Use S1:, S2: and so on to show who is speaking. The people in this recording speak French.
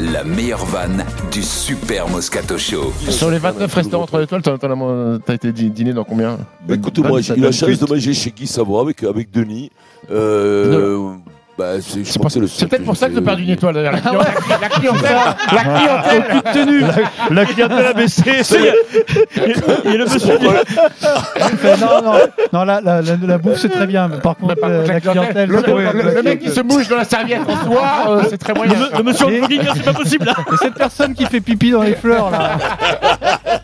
S1: la meilleure vanne du Super Moscato Show.
S2: Sur les 29 restaurants 3 étoiles, t'en- t'en as- t'as été dî- dîner dans combien
S3: Bah, Écoute-moi, j'ai eu la chance de manger chez Guy Savoie avec, avec Denis. Euh, bah, c'est
S2: C'est
S3: je pense
S2: pour-
S3: que c'est le
S2: c'est
S3: seul
S2: peut-être pour ça que
S3: j'ai-
S2: tu perds une étoile. d'ailleurs. La client- la- la clientèle, la clientèle.
S4: La clientèle a baissé. Et le monsieur dit
S5: non, non, non la, la, la, la bouffe c'est très bien, mais par contre,
S2: Bah, Par
S5: euh,
S2: contre,
S5: la clientèle.
S2: le,
S5: ouais,
S2: le-
S5: ouais,
S2: le mec qui
S5: ouais.
S2: se bouge dans la serviette en soir, euh, c'est très moyen.
S4: Le,
S2: ça.
S4: monsieur en c'est pas possible là.
S5: Et cette personne qui fait pipi dans les fleurs là.